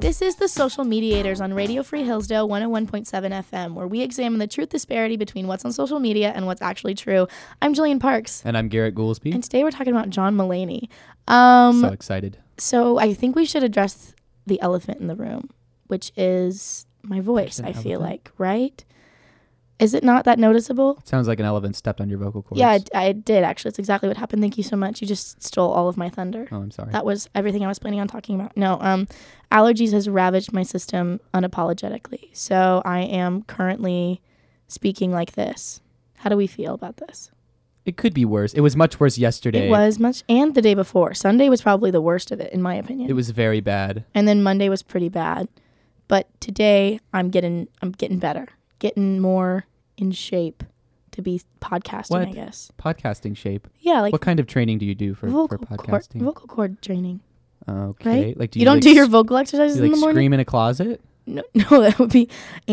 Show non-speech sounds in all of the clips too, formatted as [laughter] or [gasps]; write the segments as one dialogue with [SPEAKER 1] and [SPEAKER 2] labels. [SPEAKER 1] This is The Social Mediators on Radio Free Hillsdale 101.7 FM, where we examine the truth disparity between what's on social media and what's actually true. I'm Jillian Parks,
[SPEAKER 2] And I'm Garrett Goolsby.
[SPEAKER 1] and today we're talking about John Mullaney. Um,
[SPEAKER 2] so
[SPEAKER 1] so.
[SPEAKER 2] excited.
[SPEAKER 1] I think we should address the elephant in the room, which is my voice, I
[SPEAKER 2] There's an
[SPEAKER 1] feel
[SPEAKER 2] elephant?
[SPEAKER 1] like, right? Is it not that noticeable?
[SPEAKER 2] Sounds like an elephant stepped on your vocal cords.
[SPEAKER 1] Yeah, I, d- I did actually. It's exactly what happened. Thank you so much. You just stole all of my thunder.
[SPEAKER 2] oh, I'm sorry.
[SPEAKER 1] That was everything I was planning on talking about. No, um, allergies has ravaged my system unapologetically. So I am currently speaking like this. How do we feel about this?
[SPEAKER 2] it could be worse. It was much worse yesterday.
[SPEAKER 1] It was much, and the day before. Sunday was probably the worst of it, in my opinion.
[SPEAKER 2] It was very bad.
[SPEAKER 1] and then Monday was pretty bad, but today I'm getting, I'm getting better, getting more in shape to be podcasting. I
[SPEAKER 2] What?
[SPEAKER 1] guess.
[SPEAKER 2] Podcasting shape.
[SPEAKER 1] Yeah, like
[SPEAKER 2] what kind of training do you do for, for
[SPEAKER 1] vocal cord,
[SPEAKER 2] podcasting?
[SPEAKER 1] vocal cord training.
[SPEAKER 2] okay.
[SPEAKER 1] right?
[SPEAKER 2] Like do
[SPEAKER 1] You,
[SPEAKER 2] you,
[SPEAKER 1] don't
[SPEAKER 2] like,
[SPEAKER 1] do your
[SPEAKER 2] s-
[SPEAKER 1] vocal exercises
[SPEAKER 2] you, like
[SPEAKER 1] in the morning.
[SPEAKER 2] scream in a closet?
[SPEAKER 1] No, [laughs] no, that would be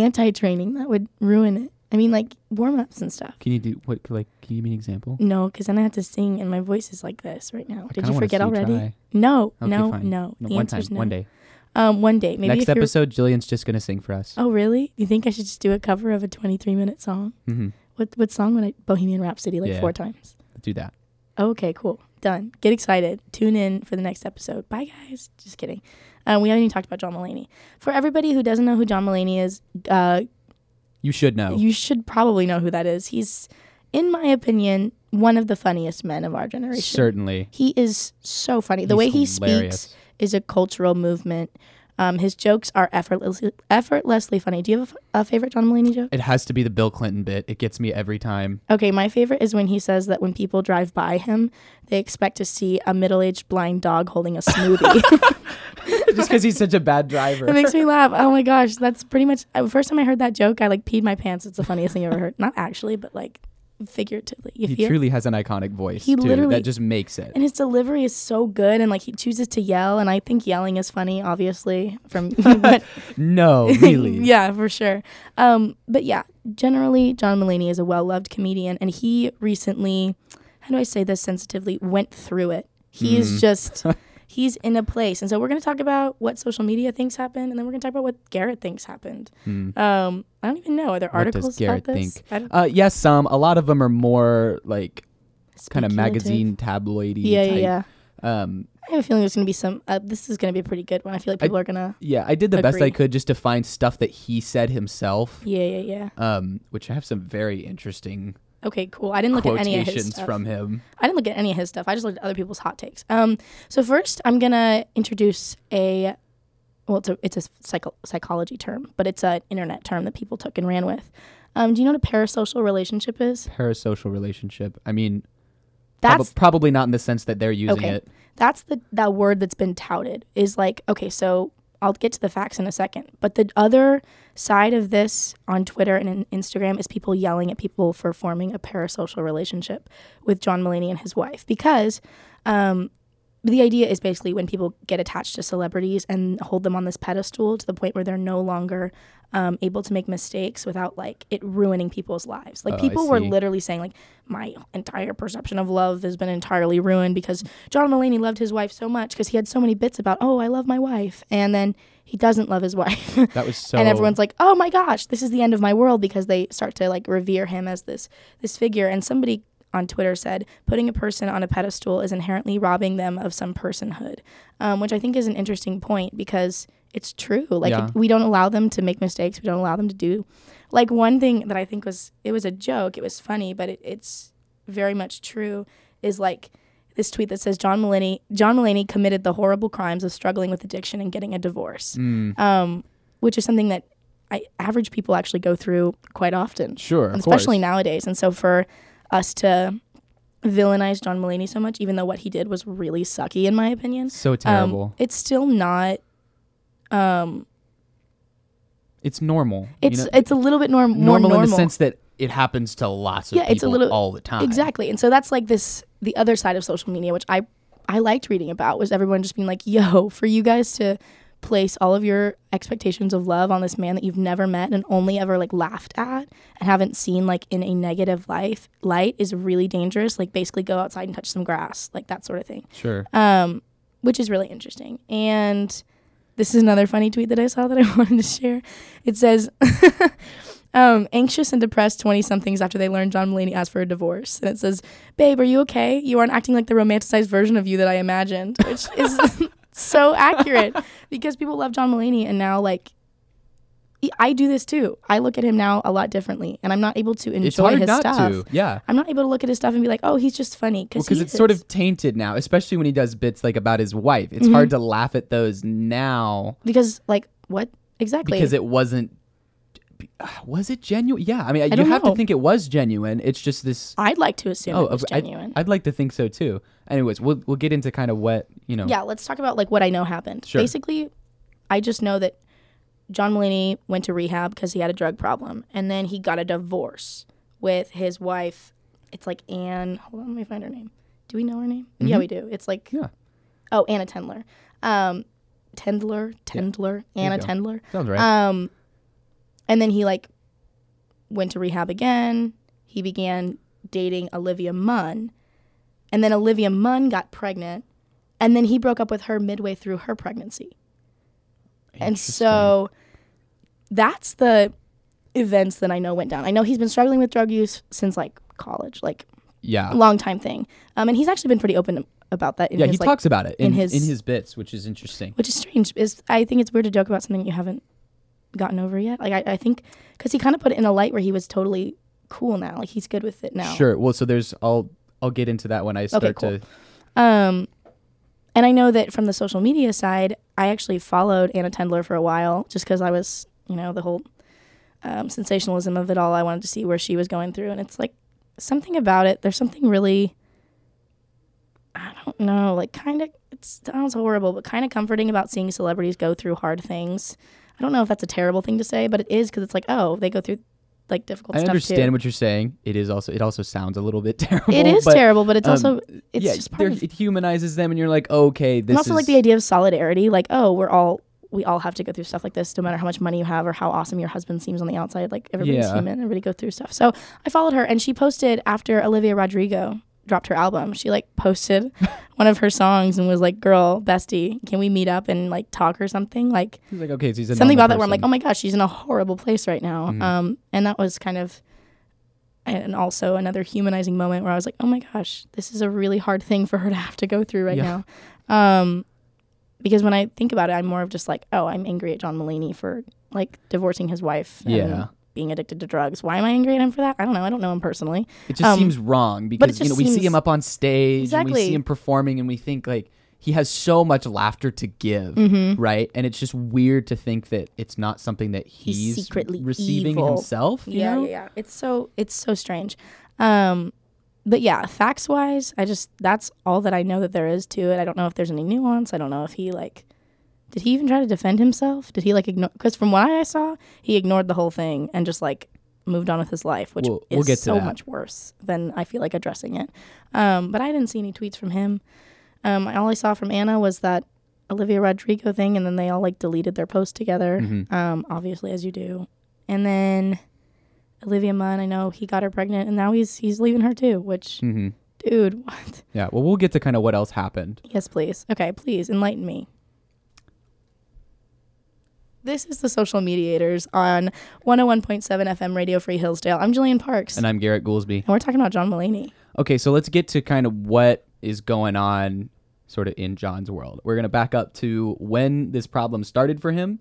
[SPEAKER 1] anti-training. That would ruin it. I mean, like warm-ups and stuff.
[SPEAKER 2] Can you do what like can you give me an example?
[SPEAKER 1] No, because then I have to sing, and my voice is like this right now. Did Mm,
[SPEAKER 2] kinda
[SPEAKER 1] you
[SPEAKER 2] wanna
[SPEAKER 1] forget
[SPEAKER 2] see you
[SPEAKER 1] already?
[SPEAKER 2] try.
[SPEAKER 1] No,
[SPEAKER 2] Okay,
[SPEAKER 1] no,
[SPEAKER 2] fine.
[SPEAKER 1] no. The
[SPEAKER 2] one time,
[SPEAKER 1] answer's no.
[SPEAKER 2] one day.
[SPEAKER 1] Um, one day, maybe.
[SPEAKER 2] Next
[SPEAKER 1] if you're,
[SPEAKER 2] episode, Jillian's just gonna sing for us.
[SPEAKER 1] Oh, really? You think I should just do a cover of a 23-minute song?
[SPEAKER 2] hmm
[SPEAKER 1] What What song would I? Bohemian Rhapsody, like
[SPEAKER 2] Yeah.
[SPEAKER 1] four times.
[SPEAKER 2] Do that.
[SPEAKER 1] Okay, cool. Done. Get excited. Tune in for the next episode. Bye, guys. Just kidding. Um, we haven't even talked about John Mulaney. For everybody who doesn't know who John Mulaney is, uh,
[SPEAKER 2] You should know.
[SPEAKER 1] You should probably know who that is. He's, in my opinion, one of the funniest men of our generation.
[SPEAKER 2] Certainly.
[SPEAKER 1] He is so funny. The
[SPEAKER 2] He's
[SPEAKER 1] way he
[SPEAKER 2] hilarious.
[SPEAKER 1] speaks is a cultural movement. Um, his jokes are effortlessly, effortlessly funny. Do you have a, f- a favorite John Mulaney joke?
[SPEAKER 2] It has to be the Bill Clinton bit. It gets me every time. [laughs]
[SPEAKER 1] Okay, my favorite is when he says that when people drive by him, they expect to see a middle aged blind dog
[SPEAKER 2] [laughs]
[SPEAKER 1] holding a smoothie.
[SPEAKER 2] just because he's such
[SPEAKER 1] [laughs]
[SPEAKER 2] a bad driver.
[SPEAKER 1] it makes me laugh. Oh my gosh, that's pretty much. uh, First time I heard that joke, I like peed my pants. It's the funniest thing I've ever heard. Not actually, but like figuratively. If
[SPEAKER 2] he
[SPEAKER 1] you-
[SPEAKER 2] truly has an iconic voice.
[SPEAKER 1] He
[SPEAKER 2] too,
[SPEAKER 1] literally-
[SPEAKER 2] that just makes it.
[SPEAKER 1] [laughs] and his delivery is so good and like he chooses to yell and i think yelling is funny obviously
[SPEAKER 2] [laughs]
[SPEAKER 1] from but,
[SPEAKER 2] No, really.
[SPEAKER 1] [laughs] yeah for sure um but yeah generally john mullaney is a well-loved comedian and he recently how do i say this sensitively went through it he's
[SPEAKER 2] Mm. [laughs]
[SPEAKER 1] just he's in a place and so we're going to talk about what social media thinks happened and then we're going to talk about what garrett thinks happened
[SPEAKER 2] Hmm.
[SPEAKER 1] um i don't even know are there
[SPEAKER 2] What does
[SPEAKER 1] articles
[SPEAKER 2] Garrett
[SPEAKER 1] about this
[SPEAKER 2] think?
[SPEAKER 1] I don't-
[SPEAKER 2] Uh, yes, some. A lot of them are more like kind of
[SPEAKER 1] Speculative.
[SPEAKER 2] magazine tabloidy.
[SPEAKER 1] yeah yeah,
[SPEAKER 2] type.
[SPEAKER 1] yeah
[SPEAKER 2] Um,
[SPEAKER 1] i have a feeling there's going to be some uh, this is going to be a pretty good one i feel like
[SPEAKER 2] I-
[SPEAKER 1] people are going to
[SPEAKER 2] yeah. I did the best I
[SPEAKER 1] Agree.
[SPEAKER 2] could just to find stuff that he said himself.
[SPEAKER 1] yeah yeah yeah
[SPEAKER 2] Um, which I have some very interesting
[SPEAKER 1] Okay, cool. I didn't look at any of his
[SPEAKER 2] quotations
[SPEAKER 1] stuff.
[SPEAKER 2] from him.
[SPEAKER 1] I didn't look at any of his stuff. I just looked at other people's hot takes. Um, so first, I'm gonna introduce a, well, it's a it's a psycho- psychology term, but it's an internet term that people took and ran with. Um, do you know what a parasocial relationship is?
[SPEAKER 2] Parasocial relationship. I mean, prob-
[SPEAKER 1] That's
[SPEAKER 2] probably not in the sense that they're using
[SPEAKER 1] Okay.
[SPEAKER 2] it.
[SPEAKER 1] that's the that word that's been touted is like okay so i'll get to the facts in a second but the other side of this on twitter and in instagram is people yelling at people for forming a parasocial relationship with john mullaney and his wife because um, the idea is basically when people get attached to celebrities and hold them on this pedestal to the point where they're no longer um, able to make mistakes without like it ruining people's lives. Like
[SPEAKER 2] Oh, I
[SPEAKER 1] people were
[SPEAKER 2] see.
[SPEAKER 1] literally saying like my entire perception of love has been entirely ruined because John Mulaney loved his wife so much because he had so many bits about oh I love my wife and then he doesn't love his [laughs] wife.
[SPEAKER 2] That was so.
[SPEAKER 1] and everyone's like oh my gosh this is the end of my world because they start to like revere him as this this figure and somebody on twitter said putting a person on a pedestal is inherently robbing them of some personhood um, which i think is an interesting point because it's true like
[SPEAKER 2] Yeah.
[SPEAKER 1] it- we don't allow them to make mistakes we don't allow them to do like one thing that i think was it was a joke it was funny but it, it's very much true is like this tweet that says John Mulaney John Mulaney committed the horrible crimes of struggling with addiction and getting a divorce
[SPEAKER 2] Mm,
[SPEAKER 1] um, which is something that I, average people actually go through quite often,
[SPEAKER 2] sure,
[SPEAKER 1] and
[SPEAKER 2] of
[SPEAKER 1] especially
[SPEAKER 2] course.
[SPEAKER 1] nowadays. And so for us to villainize John Mulaney so much, even though what he did was really sucky in my opinion,
[SPEAKER 2] So terrible.
[SPEAKER 1] um, it's still not. Um,
[SPEAKER 2] it's normal. you
[SPEAKER 1] it's
[SPEAKER 2] know?
[SPEAKER 1] it's a little bit norm- more
[SPEAKER 2] normal,
[SPEAKER 1] normal
[SPEAKER 2] in the sense that it happens to lots of
[SPEAKER 1] Yeah,
[SPEAKER 2] people
[SPEAKER 1] it's a little-
[SPEAKER 2] all the time.
[SPEAKER 1] Exactly. And so that's like this the [laughs] other side of social media, which I I liked reading about was everyone just being like, "Yo, for you guys to place all of your expectations of love on this man that you've never met and only ever like laughed at and haven't seen like in a negative life light is really dangerous. Like basically go outside and touch some grass, like that sort of thing.
[SPEAKER 2] Sure.
[SPEAKER 1] Um, which is really interesting. And this is another funny tweet that I [laughs] saw that I wanted to share. It says, [laughs] um, anxious and depressed 20 somethings after they learned John Mulaney asked for a divorce. And it says, Babe, are you okay? You aren't acting like the romanticized version of you that I imagined,
[SPEAKER 2] [laughs]
[SPEAKER 1] which is [laughs] so accurate because people love John Mulaney. And now, like, I- I do this too. I look at him now a lot differently, and I'm not able to enjoy
[SPEAKER 2] It's hard
[SPEAKER 1] his
[SPEAKER 2] not
[SPEAKER 1] stuff.
[SPEAKER 2] to. Yeah.
[SPEAKER 1] I'm not able to look at his stuff and be like, "Oh, he's just funny." Because
[SPEAKER 2] because it's sort of tainted now, especially when he does bits like about his wife. It's
[SPEAKER 1] Mm-hmm.
[SPEAKER 2] hard to laugh at those now
[SPEAKER 1] because like what exactly?
[SPEAKER 2] because it wasn't. uh, Was it genuine? Yeah, I mean, you
[SPEAKER 1] don't
[SPEAKER 2] have
[SPEAKER 1] know.
[SPEAKER 2] to think it was genuine. It's just this.
[SPEAKER 1] I'd like to assume
[SPEAKER 2] Oh,
[SPEAKER 1] it was
[SPEAKER 2] I,
[SPEAKER 1] genuine.
[SPEAKER 2] I'd like to think so too. Anyways, we'll we'll get into kind of what you know.
[SPEAKER 1] yeah, let's talk about like what I know happened.
[SPEAKER 2] Sure.
[SPEAKER 1] Basically, I just know that John Mulaney went to rehab because he had a drug problem, and then he got a divorce with his wife. It's like Anne. Hold on, let me find her name. Do we know her name? Yeah, we do. It's like
[SPEAKER 2] Mm-hmm. Yeah.
[SPEAKER 1] Oh, Anna Tendler. Um, Tendler, Tendler, Anna
[SPEAKER 2] go.
[SPEAKER 1] Tendler.
[SPEAKER 2] sounds right.
[SPEAKER 1] Um, and then he like went to rehab again. He began dating Olivia Munn, and then Olivia Munn got pregnant, and then he broke up with her midway through her pregnancy. And so that's the events that I know went down. I know he's been struggling with drug use since like college, like
[SPEAKER 2] yeah,
[SPEAKER 1] a long time thing. Um, and he's actually been pretty open about that. In
[SPEAKER 2] Uh. yeah,
[SPEAKER 1] his,
[SPEAKER 2] he
[SPEAKER 1] like,
[SPEAKER 2] talks about it in,
[SPEAKER 1] in
[SPEAKER 2] his
[SPEAKER 1] his-
[SPEAKER 2] in his bits, which is interesting.
[SPEAKER 1] which is strange. Is I think it's weird to joke about something you haven't gotten over yet. Like I, I think because he kind of put it in a light where he was totally cool now. Like he's good with it now.
[SPEAKER 2] Sure. Well, so there's I'll I'll get into that when I start
[SPEAKER 1] cool.
[SPEAKER 2] to.
[SPEAKER 1] Um, and I know that from the social media side, I actually followed Anna Tendler for a while just because I was, you know, the whole um, sensationalism of it all. I wanted to see where she was going through, and it's like something about it. There's something really, I don't know, like kind of. It sounds horrible, but kind of comforting about seeing celebrities go through hard things. I don't know if that's a terrible thing to say, but it is because it's like, oh, they go through like difficult
[SPEAKER 2] I
[SPEAKER 1] stuff
[SPEAKER 2] understand
[SPEAKER 1] too.
[SPEAKER 2] what you're saying. It is also it also sounds a little bit [laughs] terrible.
[SPEAKER 1] It is
[SPEAKER 2] but,
[SPEAKER 1] terrible, but it's
[SPEAKER 2] um,
[SPEAKER 1] also it's
[SPEAKER 2] yeah,
[SPEAKER 1] just
[SPEAKER 2] they're-
[SPEAKER 1] part of
[SPEAKER 2] it humanizes them, and you're like, "Oh, okay, this
[SPEAKER 1] and also
[SPEAKER 2] is
[SPEAKER 1] like the idea of solidarity like oh we're all we all have to go through stuff like this no matter how much money you have or how awesome your husband seems on the outside like everybody's
[SPEAKER 2] Yeah.
[SPEAKER 1] human everybody go through stuff so i followed her and she posted after olivia rodrigo dropped her album she like
[SPEAKER 2] [laughs]
[SPEAKER 1] posted one of her songs and was like girl bestie can we meet up and like talk or something like
[SPEAKER 2] He's like, okay, so he's a
[SPEAKER 1] something
[SPEAKER 2] normal
[SPEAKER 1] about that where I'm like,
[SPEAKER 2] person. Mm-hmm.
[SPEAKER 1] oh my gosh, she's in a horrible place right now. Um, and that was kind of, and also another humanizing moment where I was like, oh my gosh, this is a really hard thing for her to have to go through right
[SPEAKER 2] Yeah.
[SPEAKER 1] now. Um, because when I think about it, I'm more of just like, oh, I'm angry at John Mulaney for like divorcing his wife. and
[SPEAKER 2] Yeah.
[SPEAKER 1] Being addicted to drugs. Why am I angry at him for that? I don't know. I don't know him personally.
[SPEAKER 2] it just
[SPEAKER 1] um,
[SPEAKER 2] seems wrong because you
[SPEAKER 1] just
[SPEAKER 2] know we see
[SPEAKER 1] seems-
[SPEAKER 2] him up on stage, and we
[SPEAKER 1] Exactly.
[SPEAKER 2] see him performing, and we think like he has so much laughter to give,
[SPEAKER 1] Mm-hmm.
[SPEAKER 2] right? And it's just weird to think that it's not something that he's,
[SPEAKER 1] He's secretly
[SPEAKER 2] receiving
[SPEAKER 1] evil.
[SPEAKER 2] himself. you
[SPEAKER 1] yeah,
[SPEAKER 2] know?
[SPEAKER 1] yeah, yeah. It's so it's so strange. Um, but yeah, facts wise, I just that's all that I know that there is to it. I don't know if there's any nuance. I don't know if he like did he even try to defend himself? Did he like ignore? Because from what I saw, he ignored the whole thing and just like moved on with his life, which
[SPEAKER 2] We'll-
[SPEAKER 1] is
[SPEAKER 2] we'll get to
[SPEAKER 1] so
[SPEAKER 2] that.
[SPEAKER 1] much worse than I feel like addressing it. Um, but I didn't see any tweets from him. Um, all I saw from Anna was that Olivia Rodrigo thing, and then they all like deleted their post together,
[SPEAKER 2] Mm-hmm.
[SPEAKER 1] um, obviously as you do. And then Olivia Munn, I know he got her pregnant, and now he's he's leaving her too. Which,
[SPEAKER 2] Mm-hmm.
[SPEAKER 1] dude, what?
[SPEAKER 2] Yeah, Well, we'll get to kind of what else happened.
[SPEAKER 1] Yes, please. Okay, please enlighten me. This is the social mediators on 101.7 FM Radio Free Hillsdale. I'm Jillian Parks, and,
[SPEAKER 2] And I'm Garrett Goolsby.
[SPEAKER 1] we're talking about John Mulaney.
[SPEAKER 2] Okay, so let's get to kind of what is going on sort of in John's world. We're going to back up to when this problem started for him.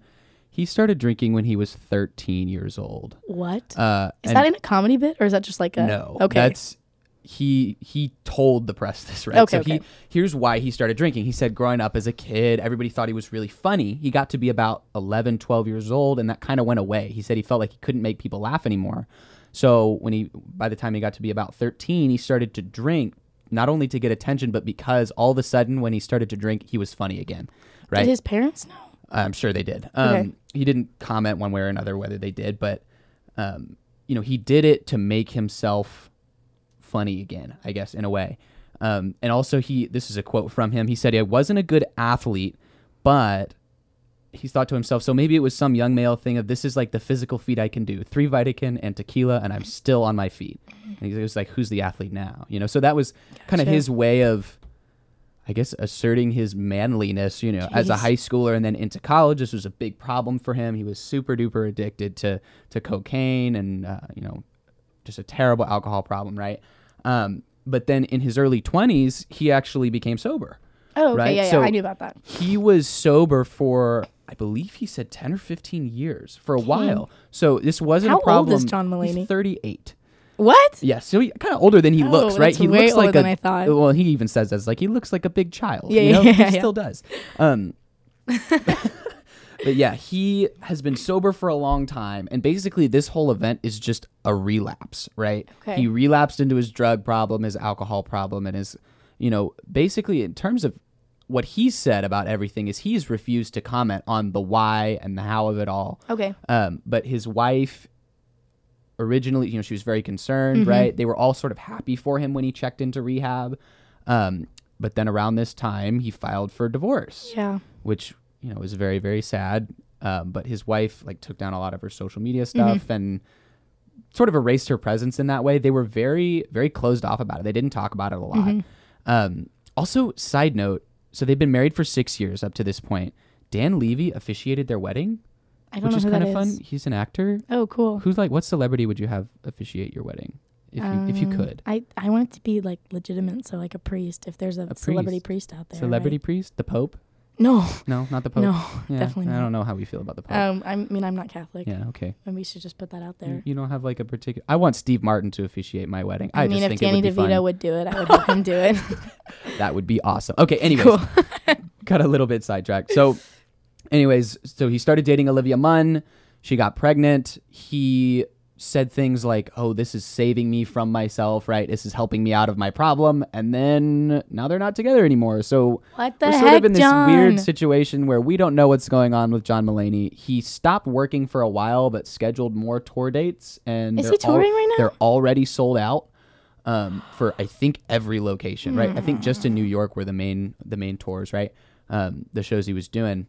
[SPEAKER 2] He started drinking when he was 13 years old.
[SPEAKER 1] What is
[SPEAKER 2] Uh, and-
[SPEAKER 1] that in a comedy bit, or is that just like a
[SPEAKER 2] No.
[SPEAKER 1] Okay,
[SPEAKER 2] That's he he told the press this, right?
[SPEAKER 1] Okay,
[SPEAKER 2] so he
[SPEAKER 1] okay.
[SPEAKER 2] here's why he started drinking. He said growing up as a kid, everybody thought he was really funny. He got to be about 11, 12 years old and that kind of went away. He said he felt like he couldn't make people laugh anymore. So when he by the time he got to be about 13, he started to drink not only to get attention but because all of a sudden when he started to drink, he was funny again. Right?
[SPEAKER 1] did his parents know?
[SPEAKER 2] I'm sure they did. Um,
[SPEAKER 1] Okay.
[SPEAKER 2] He didn't comment one way or another whether they did, but um, you know he did it to make himself funny again, I guess in a way. Um, and also he, this is a quote from him. He said, "I wasn't a good athlete, but he thought to himself, so maybe it was some young male thing of this is like the physical feat I can do. Three Vitakin and tequila, and I'm still on my feet. And he was like, who's the athlete now? You know, so that was kind of
[SPEAKER 1] Gotcha.
[SPEAKER 2] his way of, I guess, asserting his manliness, you know, as a
[SPEAKER 1] Jeez.
[SPEAKER 2] high schooler and then into college. This was a big problem for him. He was super duper addicted to, to cocaine and, uh, you know, just a terrible alcohol problem, right? Um, but then in his early 20s, he actually became sober
[SPEAKER 1] Oh, okay,
[SPEAKER 2] Right,
[SPEAKER 1] yeah, yeah,
[SPEAKER 2] so-
[SPEAKER 1] I knew about that.
[SPEAKER 2] he was sober for I believe he said 10 or 15 years for a while. So this wasn't
[SPEAKER 1] How
[SPEAKER 2] a
[SPEAKER 1] old
[SPEAKER 2] problem.
[SPEAKER 1] is John Mulaney?
[SPEAKER 2] He's 38.
[SPEAKER 1] What?
[SPEAKER 2] Yeah, so kind of older than he
[SPEAKER 1] Oh,
[SPEAKER 2] looks, right?
[SPEAKER 1] that's
[SPEAKER 2] He
[SPEAKER 1] way
[SPEAKER 2] looks
[SPEAKER 1] older
[SPEAKER 2] like
[SPEAKER 1] than
[SPEAKER 2] a
[SPEAKER 1] I thought.
[SPEAKER 2] Well, he even says that. It's like he looks like a big child.
[SPEAKER 1] Yeah,
[SPEAKER 2] you know? [laughs]
[SPEAKER 1] yeah,
[SPEAKER 2] he
[SPEAKER 1] yeah.
[SPEAKER 2] still does. Um But yeah, he has been sober for a long time and basically this whole event is just a relapse, right?
[SPEAKER 1] Okay.
[SPEAKER 2] He relapsed into his drug problem, his alcohol problem and his you know, basically in terms of what he said about everything is he's refused to comment on the why and the how of it all.
[SPEAKER 1] Okay.
[SPEAKER 2] Um, but his wife originally, you know, she was very concerned, right? They were all sort of happy for him when he checked into rehab. Um, but then around this time, he filed for divorce,
[SPEAKER 1] Yeah.
[SPEAKER 2] which, you know, was very, very sad. Um, but his wife, like, took down a lot of her social media stuff and sort of erased her presence in that way. They were very, very closed off about it. They didn't talk about it a lot. Um, also, side note so they've been married for six years up to this point. Dan Levy officiated their wedding
[SPEAKER 1] I don't
[SPEAKER 2] which
[SPEAKER 1] know
[SPEAKER 2] is
[SPEAKER 1] who that
[SPEAKER 2] kind
[SPEAKER 1] is.
[SPEAKER 2] of fun. He's an actor.
[SPEAKER 1] Oh, cool.
[SPEAKER 2] Who's like what celebrity would you have officiate your wedding if you if you
[SPEAKER 1] Um,
[SPEAKER 2] could?
[SPEAKER 1] I I want it to be like legitimate, so like a priest. If there's a,
[SPEAKER 2] A
[SPEAKER 1] celebrity priest out there,
[SPEAKER 2] Celebrity priest, the Pope?
[SPEAKER 1] right? No,
[SPEAKER 2] No, not the Pope.
[SPEAKER 1] no,
[SPEAKER 2] Yeah,
[SPEAKER 1] definitely
[SPEAKER 2] I
[SPEAKER 1] not.
[SPEAKER 2] don't know how we feel about the Pope.
[SPEAKER 1] Um, I mean, I'm not Catholic,
[SPEAKER 2] yeah, Mm. okay.
[SPEAKER 1] and we should just put that out
[SPEAKER 2] You-
[SPEAKER 1] there.
[SPEAKER 2] You don't have like a particular. I want Steve Martin to officiate my wedding. I,
[SPEAKER 1] I, mean,
[SPEAKER 2] just
[SPEAKER 1] if
[SPEAKER 2] think
[SPEAKER 1] Danny
[SPEAKER 2] it would be
[SPEAKER 1] DeVito
[SPEAKER 2] fun.
[SPEAKER 1] would do it,
[SPEAKER 2] [laughs]
[SPEAKER 1] I would have him do it. [laughs]
[SPEAKER 2] that would be awesome. Okay, anyways,
[SPEAKER 1] Cool.
[SPEAKER 2] [laughs] got a little bit sidetracked. So, anyways, so he started dating Olivia Munn. She got pregnant. He said things like, "Oh, this is saving me from myself, right? This is helping me out of my problem." And then now they're not together anymore. So
[SPEAKER 1] What the
[SPEAKER 2] we're
[SPEAKER 1] heck,
[SPEAKER 2] sort of in this
[SPEAKER 1] John?
[SPEAKER 2] weird situation where we don't know what's going on with John Mulaney. He stopped working for a while, but scheduled more tour dates, and
[SPEAKER 1] Is
[SPEAKER 2] they're
[SPEAKER 1] he touring
[SPEAKER 2] al-
[SPEAKER 1] right now?
[SPEAKER 2] They're already sold out um, for I think every location, right? I think just
[SPEAKER 1] Hmm.
[SPEAKER 2] in New York were the main the main tours, right? Um, the shows he was doing.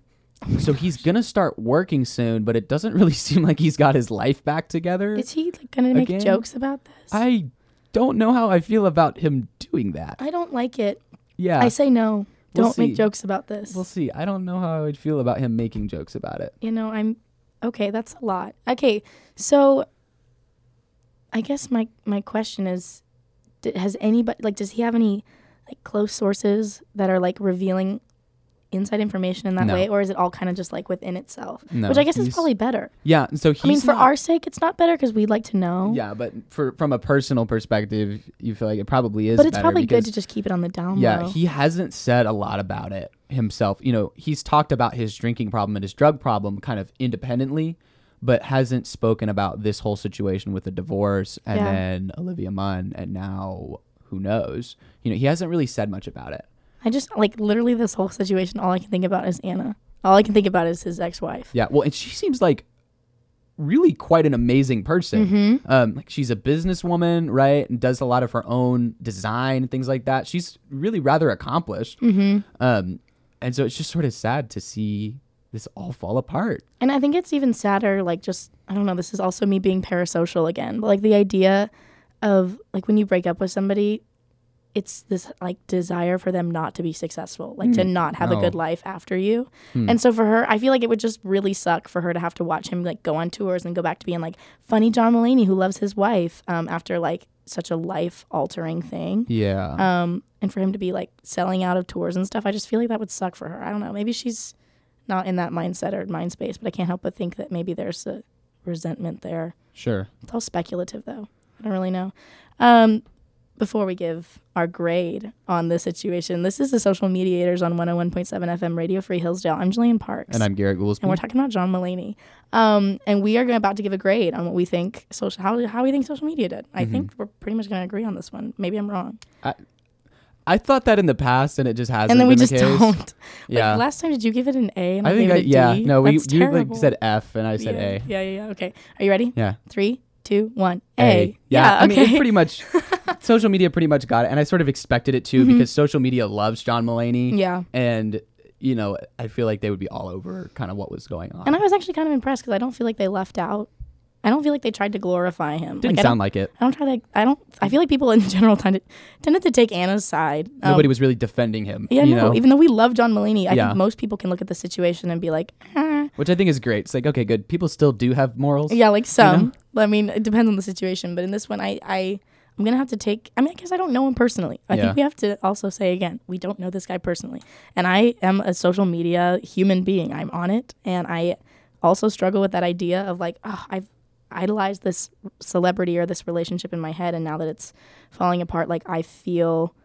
[SPEAKER 2] So he's gonna start working soon, but it doesn't [laughs] really seem like he's got his life back together.
[SPEAKER 1] Is he like, gonna make
[SPEAKER 2] Again?
[SPEAKER 1] jokes about this? I,
[SPEAKER 2] I don't know how I feel about him doing that.
[SPEAKER 1] don't like it.
[SPEAKER 2] Yeah,
[SPEAKER 1] I say no.
[SPEAKER 2] We'll
[SPEAKER 1] don't
[SPEAKER 2] see.
[SPEAKER 1] make jokes about this.
[SPEAKER 2] we'll see. I don't know how I would feel about him making jokes about it.
[SPEAKER 1] you know, I'm okay. That's a lot. Okay, so I guess my my question is, d has anybody like does he have any like close sources that are like revealing inside information in that
[SPEAKER 2] No.
[SPEAKER 1] way, or is it all kind of just like within itself?
[SPEAKER 2] No,
[SPEAKER 1] Which I guess
[SPEAKER 2] he's-
[SPEAKER 1] is probably better.
[SPEAKER 2] Yeah, and so he's
[SPEAKER 1] I mean, for
[SPEAKER 2] not-
[SPEAKER 1] our sake, it's not better because we'd like to know.
[SPEAKER 2] yeah, but for from a personal perspective, you feel like it probably is.
[SPEAKER 1] but it's
[SPEAKER 2] better
[SPEAKER 1] probably good
[SPEAKER 2] because
[SPEAKER 1] to just keep it on the down
[SPEAKER 2] Yeah,
[SPEAKER 1] low.
[SPEAKER 2] he hasn't said a lot about it himself. You know, he's talked about his drinking problem and his drug problem kind of independently, but hasn't spoken about this whole situation with the divorce and
[SPEAKER 1] Yeah.
[SPEAKER 2] then Olivia Munn and now who knows. You know, he hasn't really said much about it.
[SPEAKER 1] I just like literally this whole situation. All I can think about is Anna. All I can think about is his ex-wife.
[SPEAKER 2] Yeah, well, and she seems like really quite an amazing person.
[SPEAKER 1] Mm-hmm.
[SPEAKER 2] Um, like she's a businesswoman, right, and does a lot of her own design and things like that. She's really rather accomplished.
[SPEAKER 1] Mm-hmm.
[SPEAKER 2] Um, and so it's just sort of sad to see this all fall apart.
[SPEAKER 1] And I think it's even sadder, like just I don't know, this is also me being parasocial again. But like the idea of like when you break up with somebody, it's this like desire for them not to be successful, like to not have
[SPEAKER 2] no.
[SPEAKER 1] a good life after you. And so for her, I feel like it would just really suck for her to have to watch him like go on tours and go back to being like funny John Mulaney who loves his wife um, after like such a life altering thing.
[SPEAKER 2] Yeah.
[SPEAKER 1] Um, and for him to be like selling out of tours and stuff, I just feel like that would suck for her. I don't know. Maybe she's not in that mindset or mind space, but I can't help but think that maybe there's a resentment there.
[SPEAKER 2] sure.
[SPEAKER 1] It's all speculative, though. I don't really know. Um, before we give our grade on this situation, this is the Social Mediators on 101.7 FM Radio Free Hillsdale. I'm Jillian Parks.
[SPEAKER 2] And I'm Garrett
[SPEAKER 1] and we're
[SPEAKER 2] Goolsby.
[SPEAKER 1] talking about John Mulaney. Um, and we are about to give a grade on what we think social how, how we think social media did. I think we're pretty much going to agree on this one. Maybe I'm wrong.
[SPEAKER 2] I thought that in the past, and it just hasn't.
[SPEAKER 1] and then we
[SPEAKER 2] been
[SPEAKER 1] just [laughs]
[SPEAKER 2] the case.
[SPEAKER 1] don't.
[SPEAKER 2] Yeah.
[SPEAKER 1] Like last time, did you give it an A? And I,
[SPEAKER 2] I think.
[SPEAKER 1] gave
[SPEAKER 2] I,
[SPEAKER 1] it a
[SPEAKER 2] yeah.
[SPEAKER 1] D?
[SPEAKER 2] No, we
[SPEAKER 1] That's
[SPEAKER 2] you like
[SPEAKER 1] terrible.
[SPEAKER 2] said F, and I said
[SPEAKER 1] yeah.
[SPEAKER 2] A.
[SPEAKER 1] Yeah, yeah, yeah. Okay. Are you ready?
[SPEAKER 2] Yeah.
[SPEAKER 1] Three, two, one. A.
[SPEAKER 2] Yeah, I mean,
[SPEAKER 1] okay.
[SPEAKER 2] it
[SPEAKER 1] [laughs]
[SPEAKER 2] pretty much social media pretty much got it, and I sort of expected it too because social media loves John Mulaney.
[SPEAKER 1] Mm-hmm. Yeah.
[SPEAKER 2] and you know, I feel like they would be all over kind of what was going on.
[SPEAKER 1] And I was actually kind of impressed because I don't feel like they left out. I don't feel like they tried to glorify him.
[SPEAKER 2] didn't
[SPEAKER 1] like, I don't-
[SPEAKER 2] sound like it.
[SPEAKER 1] I don't try to. I don't. I feel like people in [laughs] general tended tended to take Anna's side. Um,
[SPEAKER 2] Nobody was really defending him.
[SPEAKER 1] Yeah,
[SPEAKER 2] you
[SPEAKER 1] no.
[SPEAKER 2] know?
[SPEAKER 1] Even though we love John Mulaney, I
[SPEAKER 2] Yeah.
[SPEAKER 1] think most people can look at the situation and be like, ah.
[SPEAKER 2] which I think is great. It's like okay, good. People still do have morals.
[SPEAKER 1] yeah, like some. I mean, it depends on the situation. But in this one, I, I, I'm gonna have to take. I mean, I guess I don't know him personally. I
[SPEAKER 2] Yeah.
[SPEAKER 1] think we have to also say again, we don't know this guy personally. And I am a social media human being. I'm on it, and I also struggle with that idea of like, oh, I've idolized this celebrity or this relationship in my head, and now that it's falling apart, like I feel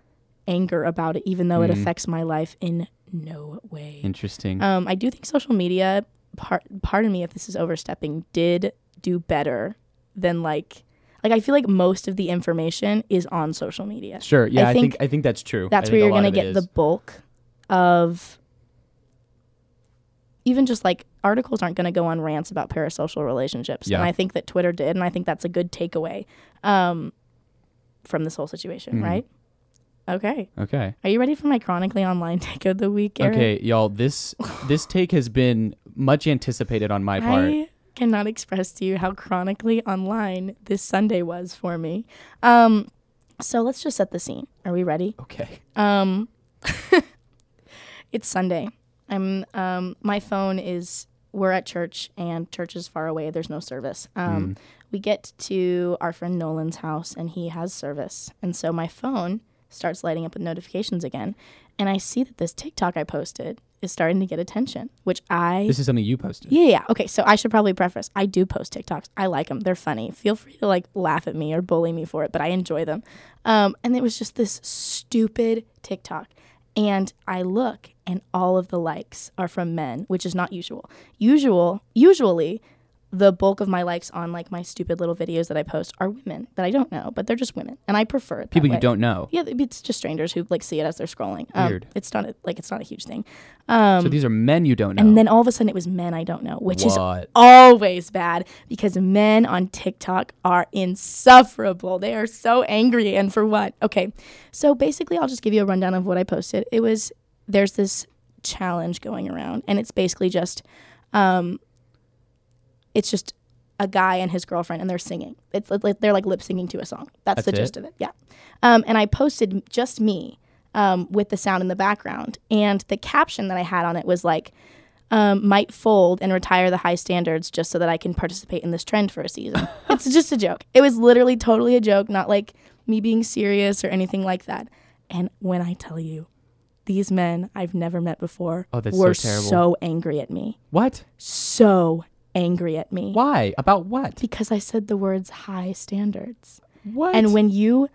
[SPEAKER 1] anger about it, even though it affects my life in no way.
[SPEAKER 2] Interesting.
[SPEAKER 1] Um, I do think social media, par- pardon me if this is overstepping, did do better than like, like I feel like most of the information is on social media.
[SPEAKER 2] sure. Yeah, I, think,
[SPEAKER 1] think
[SPEAKER 2] I think that's true.
[SPEAKER 1] That's
[SPEAKER 2] I
[SPEAKER 1] where
[SPEAKER 2] think a
[SPEAKER 1] you're
[SPEAKER 2] lot
[SPEAKER 1] gonna
[SPEAKER 2] of it
[SPEAKER 1] get the
[SPEAKER 2] is.
[SPEAKER 1] bulk of even just like articles aren't gonna go on rants about parasocial relationships,
[SPEAKER 2] Yeah.
[SPEAKER 1] and I think that Twitter did, and I think that's a good takeaway um, from this whole situation,
[SPEAKER 2] Mm-hmm.
[SPEAKER 1] right? Okay,
[SPEAKER 2] okay.
[SPEAKER 1] are you ready for my chronically online [laughs] take of the week? Eric?
[SPEAKER 2] Okay,
[SPEAKER 1] [laughs]
[SPEAKER 2] y'all. This this take has been much anticipated on my part.
[SPEAKER 1] I cannot express to you how chronically online this Sunday was for me. Um, so let's just set the scene. Are we ready?
[SPEAKER 2] okay.
[SPEAKER 1] Um, [laughs] it's Sunday. I'm um, my phone is we're at church and church is far away. There's no service.
[SPEAKER 2] Hmm.
[SPEAKER 1] Um, We get to our friend Nolan's house and he has service, and so my phone starts lighting up with notifications again, and I see that this TikTok I posted is starting to get attention, which I
[SPEAKER 2] This is something you posted.
[SPEAKER 1] yeah, yeah, yeah. Okay, so I should probably preface. I do post TikToks. I like them. They're funny. Feel free to like laugh at me or bully me for it, but I enjoy them. Um, and it was just this stupid TikTok. And I look and all of the likes are from men, which is not usual. Usual, usually the bulk of my likes on like my stupid little videos that I post are women that I don't know, but they're just women and I prefer it. that
[SPEAKER 2] People you
[SPEAKER 1] way.
[SPEAKER 2] don't know.
[SPEAKER 1] Yeah, it's just strangers who like see it as they're scrolling. Um,
[SPEAKER 2] Weird.
[SPEAKER 1] It's not a, like it's not a huge thing. Um,
[SPEAKER 2] so these are men you don't know.
[SPEAKER 1] And then all of a sudden it was men I don't know, which is
[SPEAKER 2] What?
[SPEAKER 1] always bad because men on TikTok are insufferable. They are so angry and for what? Okay. So basically I'll just give you a rundown of what I posted. It was there's this challenge going around and it's basically just um it's just a guy and his girlfriend and they're singing. It's like they're like lip syncing to a song. That's, the
[SPEAKER 2] That's it?
[SPEAKER 1] gist of it. Yeah. Um, and I posted just me um, with the sound in the background. And the caption that I had on it was like, um, might fold and retire the high standards just so that I can participate in this trend for a season.
[SPEAKER 2] [laughs]
[SPEAKER 1] it's just a joke. It was literally totally a joke, not like me being serious or anything like that. And when I tell you, these men I've never met before
[SPEAKER 2] Oh, that's so
[SPEAKER 1] were
[SPEAKER 2] terrible.
[SPEAKER 1] so angry at me.
[SPEAKER 2] what?
[SPEAKER 1] So angry at me.
[SPEAKER 2] Why? About what?
[SPEAKER 1] Because I said the words high standards.
[SPEAKER 2] What?
[SPEAKER 1] And when you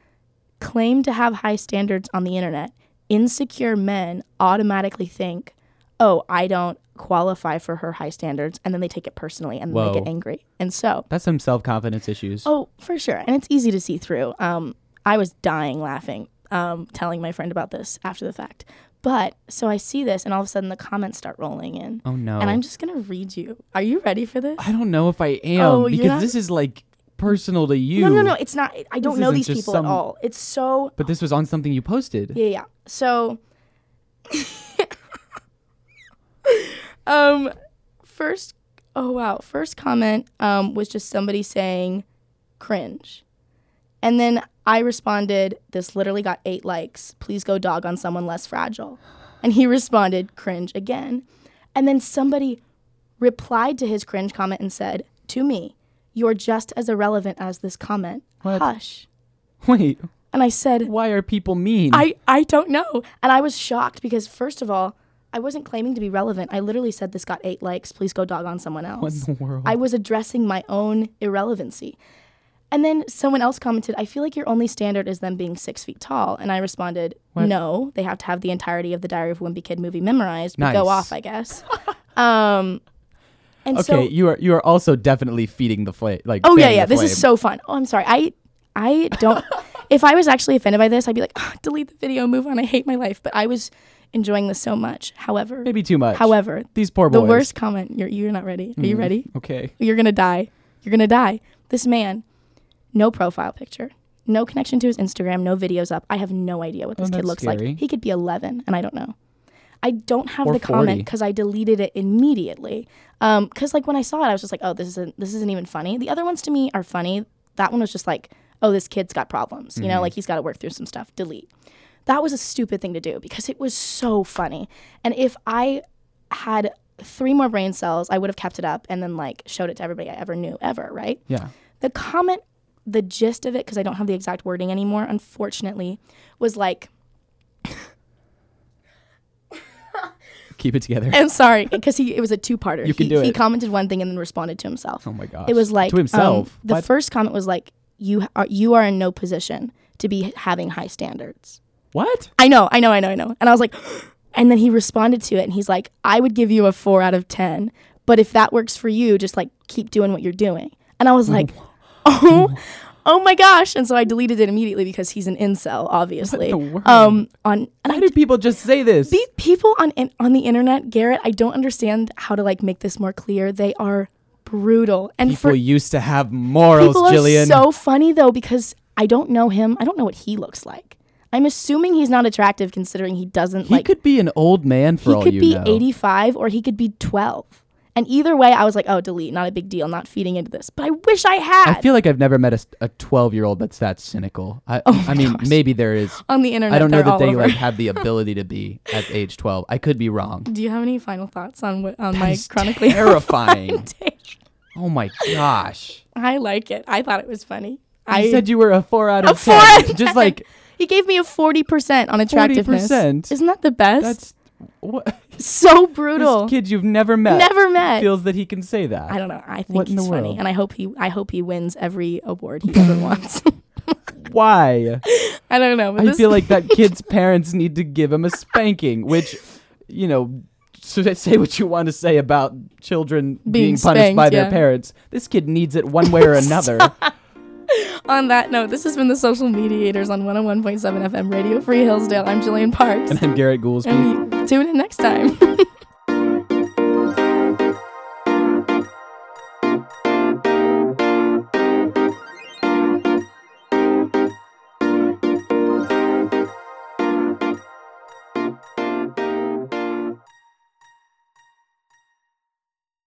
[SPEAKER 1] claim to have high standards on the internet, insecure men automatically think, oh, I don't qualify for her high standards. And then they take it personally and then they get
[SPEAKER 2] Whoa.
[SPEAKER 1] angry. And so,
[SPEAKER 2] that's some self confidence issues.
[SPEAKER 1] oh, for sure. And it's easy to see through. Um, I was dying laughing um, telling my friend about this after the fact. But so I see this, and all of a sudden the comments start rolling in.
[SPEAKER 2] Oh, no.
[SPEAKER 1] And I'm just going to read you. Are you ready for this?
[SPEAKER 2] I don't know if I am
[SPEAKER 1] Oh, you're
[SPEAKER 2] because
[SPEAKER 1] not-
[SPEAKER 2] this is like personal to you.
[SPEAKER 1] No, no, no. It's not. I don't
[SPEAKER 2] This
[SPEAKER 1] know
[SPEAKER 2] isn't
[SPEAKER 1] these
[SPEAKER 2] just
[SPEAKER 1] people
[SPEAKER 2] some-
[SPEAKER 1] at all. It's so
[SPEAKER 2] But this was on something you posted.
[SPEAKER 1] Yeah, yeah. So, [laughs] um, first, oh wow, first comment um was just somebody saying, cringe, and then I responded, this literally got eight likes. Please go dog on someone less fragile, and he responded, cringe again, and then somebody replied to his cringe comment and said to me, "You're just as irrelevant as this comment."
[SPEAKER 2] What?
[SPEAKER 1] Hush.
[SPEAKER 2] Wait,
[SPEAKER 1] And I said,
[SPEAKER 2] why are people mean?
[SPEAKER 1] I, I don't know. And I was shocked because, first of all, I wasn't claiming to be relevant. I literally said this got eight likes. Please go dog on someone else.
[SPEAKER 2] what in the world?
[SPEAKER 1] I was addressing my own irrelevancy. And then someone else commented, I feel like your only standard is them being six feet tall. And I responded, No, they have to have the entirety of the Diary of a Wimpy Kid movie memorized. But Go
[SPEAKER 2] Nice.
[SPEAKER 1] off, I guess. [laughs] um, and
[SPEAKER 2] okay,
[SPEAKER 1] so
[SPEAKER 2] you are you are also definitely feeding the flame. Like
[SPEAKER 1] Oh yeah,
[SPEAKER 2] fanning
[SPEAKER 1] yeah.
[SPEAKER 2] the
[SPEAKER 1] This is
[SPEAKER 2] flame.
[SPEAKER 1] so fun. Oh, I'm sorry. I I
[SPEAKER 2] [laughs]
[SPEAKER 1] don't. if I was actually offended by this, I'd be like, "Ah, delete the video, move on. I hate my life. But I was enjoying this so much. However,
[SPEAKER 2] maybe too much.
[SPEAKER 1] however,
[SPEAKER 2] these poor
[SPEAKER 1] the
[SPEAKER 2] boys. Mm.
[SPEAKER 1] worst comment. You're you're not ready. Are you ready?
[SPEAKER 2] Okay.
[SPEAKER 1] You're gonna die. You're gonna die. This man, no profile picture, no connection to his Instagram, no videos up. I have no idea what this
[SPEAKER 2] Oh,
[SPEAKER 1] kid
[SPEAKER 2] that's
[SPEAKER 1] looks
[SPEAKER 2] scary.
[SPEAKER 1] like. He could be 11, and I don't know. I don't have
[SPEAKER 2] Or
[SPEAKER 1] the comment
[SPEAKER 2] 40.
[SPEAKER 1] because I deleted it immediately. Because like when I saw it, I was just like, oh, this isn't this isn't even funny. The other ones to me are funny. That one was just like, oh, this kid's got problems.
[SPEAKER 2] Mm-hmm.
[SPEAKER 1] You know, like he's got to work through some stuff. Delete. That was a stupid thing to do because it was so funny. And if I had three more brain cells, I would have kept it up and then like showed it to everybody I ever knew ever. Right
[SPEAKER 2] Yeah.
[SPEAKER 1] the comment, the gist of it, because I don't have the exact wording anymore, unfortunately, was like,
[SPEAKER 2] Keep it together.
[SPEAKER 1] I'm sorry, because he it was a two parter.
[SPEAKER 2] You can
[SPEAKER 1] he,
[SPEAKER 2] do
[SPEAKER 1] he
[SPEAKER 2] it.
[SPEAKER 1] commented one thing and then responded to himself.
[SPEAKER 2] Oh my gosh.
[SPEAKER 1] it was like
[SPEAKER 2] to himself.
[SPEAKER 1] um, the
[SPEAKER 2] Why-
[SPEAKER 1] first comment was like, you are you are in no position to be having high standards.
[SPEAKER 2] what?
[SPEAKER 1] I know, I know, I know, I know. And I was like, [gasps] and then he responded to it and he's like, I would give you a four out of 10, but if that works for you, just like keep doing what you're doing. And I was
[SPEAKER 2] [laughs]
[SPEAKER 1] like, [laughs] oh, oh my gosh. And so I deleted it immediately because he's an incel, obviously.
[SPEAKER 2] the world?
[SPEAKER 1] Um, on, and I
[SPEAKER 2] Why did people just say this?
[SPEAKER 1] these people on in, on the internet, Garrett, I don't understand how to like make this more clear. They are brutal. And
[SPEAKER 2] people
[SPEAKER 1] for
[SPEAKER 2] used to have morals,
[SPEAKER 1] people
[SPEAKER 2] Jillian.
[SPEAKER 1] are so funny though because I don't know him. I don't know what he looks like. I'm assuming he's not attractive considering he doesn't
[SPEAKER 2] he
[SPEAKER 1] like
[SPEAKER 2] could be an old man for
[SPEAKER 1] he
[SPEAKER 2] all
[SPEAKER 1] could
[SPEAKER 2] you
[SPEAKER 1] be
[SPEAKER 2] know.
[SPEAKER 1] 85 or he could be 12. And either way, I was like, oh, delete, not a big deal, not feeding into this. But I wish I had
[SPEAKER 2] I feel like I've never met a 12 year old that's that cynical. I,
[SPEAKER 1] Oh
[SPEAKER 2] I mean, maybe there is.
[SPEAKER 1] on the internet.
[SPEAKER 2] I don't know
[SPEAKER 1] they're
[SPEAKER 2] that
[SPEAKER 1] all
[SPEAKER 2] they
[SPEAKER 1] over. [laughs]
[SPEAKER 2] like have the ability to be at age 12. I could be wrong.
[SPEAKER 1] Do you have any final thoughts on what on
[SPEAKER 2] That
[SPEAKER 1] my
[SPEAKER 2] is
[SPEAKER 1] chronically [laughs]
[SPEAKER 2] terrifying.
[SPEAKER 1] take?
[SPEAKER 2] oh my gosh.
[SPEAKER 1] I like it. I thought it was funny.
[SPEAKER 2] I
[SPEAKER 1] I
[SPEAKER 2] said you were a 4 out of 10.
[SPEAKER 1] four out of
[SPEAKER 2] Just like
[SPEAKER 1] he gave me a 40% on attractiveness.
[SPEAKER 2] 40%?
[SPEAKER 1] Isn't that the best?
[SPEAKER 2] that's what
[SPEAKER 1] [laughs] so brutal.
[SPEAKER 2] this kid you've never met.
[SPEAKER 1] Never met.
[SPEAKER 2] Feels that he can say that.
[SPEAKER 1] I don't know. I think
[SPEAKER 2] What in
[SPEAKER 1] he's
[SPEAKER 2] the
[SPEAKER 1] funny
[SPEAKER 2] world?
[SPEAKER 1] and I hope he I hope he wins every award he
[SPEAKER 2] [laughs]
[SPEAKER 1] ever wants. [laughs]
[SPEAKER 2] Why?
[SPEAKER 1] I don't know. But
[SPEAKER 2] I
[SPEAKER 1] this-
[SPEAKER 2] feel
[SPEAKER 1] [laughs]
[SPEAKER 2] like that kid's parents need to give him a spanking, which, you know, so say what you want to say about children being, punished
[SPEAKER 1] spanked,
[SPEAKER 2] by their
[SPEAKER 1] yeah.
[SPEAKER 2] parents. This kid needs it
[SPEAKER 1] [laughs]
[SPEAKER 2] one way or another.
[SPEAKER 1] On that note, this has been the Social Mediators on 101.7 FM Radio Free Hillsdale. I'm Jillian Parks.
[SPEAKER 2] and I'm Garrett Goolsby.
[SPEAKER 1] And you- tune in next time.